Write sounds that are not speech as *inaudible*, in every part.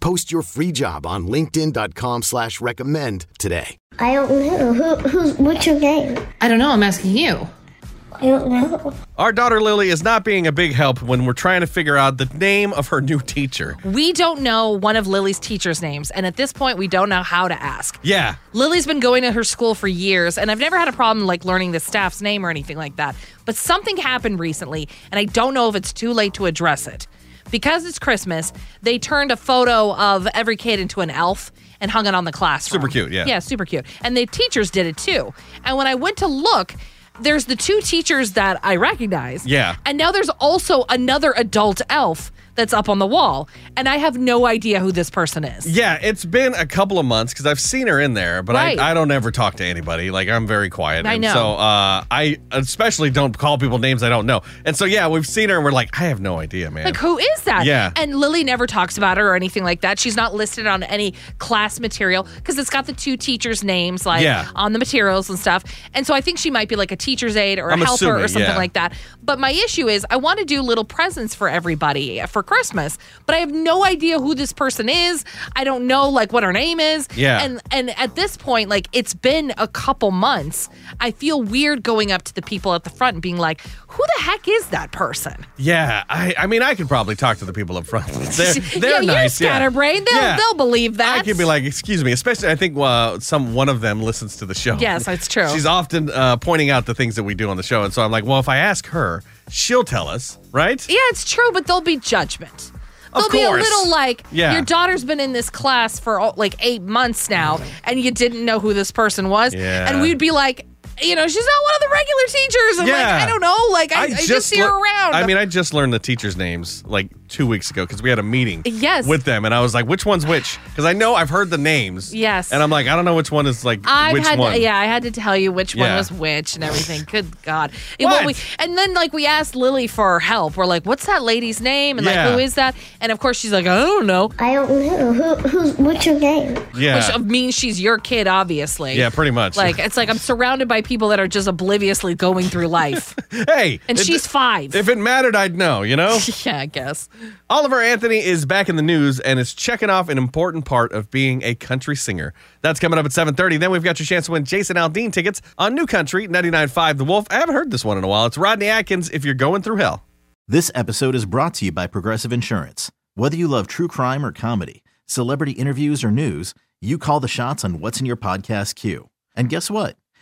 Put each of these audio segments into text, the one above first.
Post your free job on linkedin.com slash recommend today. I don't know. Who, who's, what's your name? I don't know. I'm asking you. I don't know. Our daughter Lily is not being a big help when we're trying to figure out the name of her new teacher. We don't know one of Lily's teacher's names, and at this point, we don't know how to ask. Yeah. Lily's been going to her school for years, and I've never had a problem like learning the staff's name or anything like that. But something happened recently, and I don't know if it's too late to address it. Because it's Christmas, they turned a photo of every kid into an elf and hung it on the classroom. Super cute, yeah. Yeah, super cute. And the teachers did it too. And when I went to look, there's the two teachers that I recognize. Yeah. And now there's also another adult elf that's up on the wall. And I have no idea who this person is. Yeah, it's been a couple of months because I've seen her in there, but Right. I, I don't ever talk to anybody. Like I'm very quiet. I and know. So uh, I especially don't call people names I don't know. And so yeah, we've seen her and we're like, I have no idea, man. Like, who is that? Yeah. And Lily never talks about her or anything like that. She's not listed on any class material because it's got the two teachers' names, like Yeah. on the materials and stuff. And so I think she might be like a teacher's aide or a I'm helper assuming, or something yeah. like that. But my issue is I want to do little presents for everybody eh, for Christmas, but I have no idea who this person is. I don't know like what her name is. Yeah. And and at this point, like it's been a couple months. I feel weird going up to the people at the front and being like, who the heck is that person? yeah, I, I mean, I could probably talk to the people up *laughs* front. They're, they're yeah, nice. You're yeah. scatterbrained. They'll, Yeah. they'll believe that. I could be like, excuse me, especially I think uh, some one of them listens to the show. Yes, that's true. She's often uh, pointing out the things that we do on the show, and so I'm like, well, if I ask her, she'll tell us, right? yeah, it's true, but there'll be judgment. Of They'll be a course. little like, Yeah. your daughter's been in this class for oh, like eight months now, and you didn't know who this person was. Yeah. And we'd be like, you know, she's not one of the regular teachers. And like, Yeah. I don't know. Like, I, I just, see her lear- around. I mean, I just learned the teachers' names like two weeks ago because we had a meeting. Yes. With them, and I was like, which one's which? Because I know I've heard the names. Yes. And I'm like, I don't know which one is like I've which had one. yeah, I had to tell you which one Yeah. was which and everything. Good God! And What? we- and then like we asked Lily for help. We're like, "What's that lady's name?" And Yeah. like, "Who is that?" And of course, she's like, "I don't know." I don't know. Who, who's, what's your name? Yeah. Which um, means she's your kid, obviously. Yeah, pretty much. Like it's like I'm surrounded by people that are just obliviously going *laughs* through life, hey. and it- she's five. If it mattered, I'd know, you know? *laughs* yeah, I guess. Oliver Anthony is back in the news and is checking off an important part of being a country singer. That's coming up at 7.30. Then we've got your chance to win Jason Aldean tickets on New Country, 99.5 The Wolf. I haven't heard this one in a while. It's Rodney Atkins, If You're Going Through Hell. This episode is brought to you by Progressive Insurance. Whether you love true crime or comedy, celebrity interviews or news, you call the shots on what's in your podcast queue. And guess what?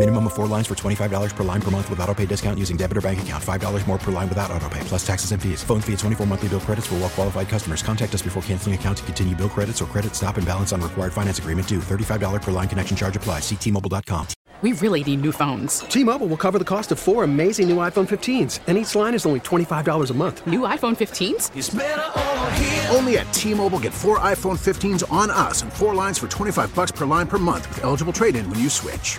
Minimum of four lines for $25 per line per month with auto pay discount using debit or bank account. $5 more per line without auto pay, plus taxes and fees. Phone fee at 24 monthly bill credits for all qualified customers. Contact us before canceling account to continue bill credits or credit stop and balance on required finance agreement due. $35 per line connection charge applies. Ctmobile.com. We really need new phones. T-Mobile will cover the cost of four amazing new iPhone 15s, and each line is only $25 a month. New iPhone 15s? Only at T-Mobile, get four iPhone 15s on us and four lines for 25 bucks per line per month with eligible trade-in when you switch.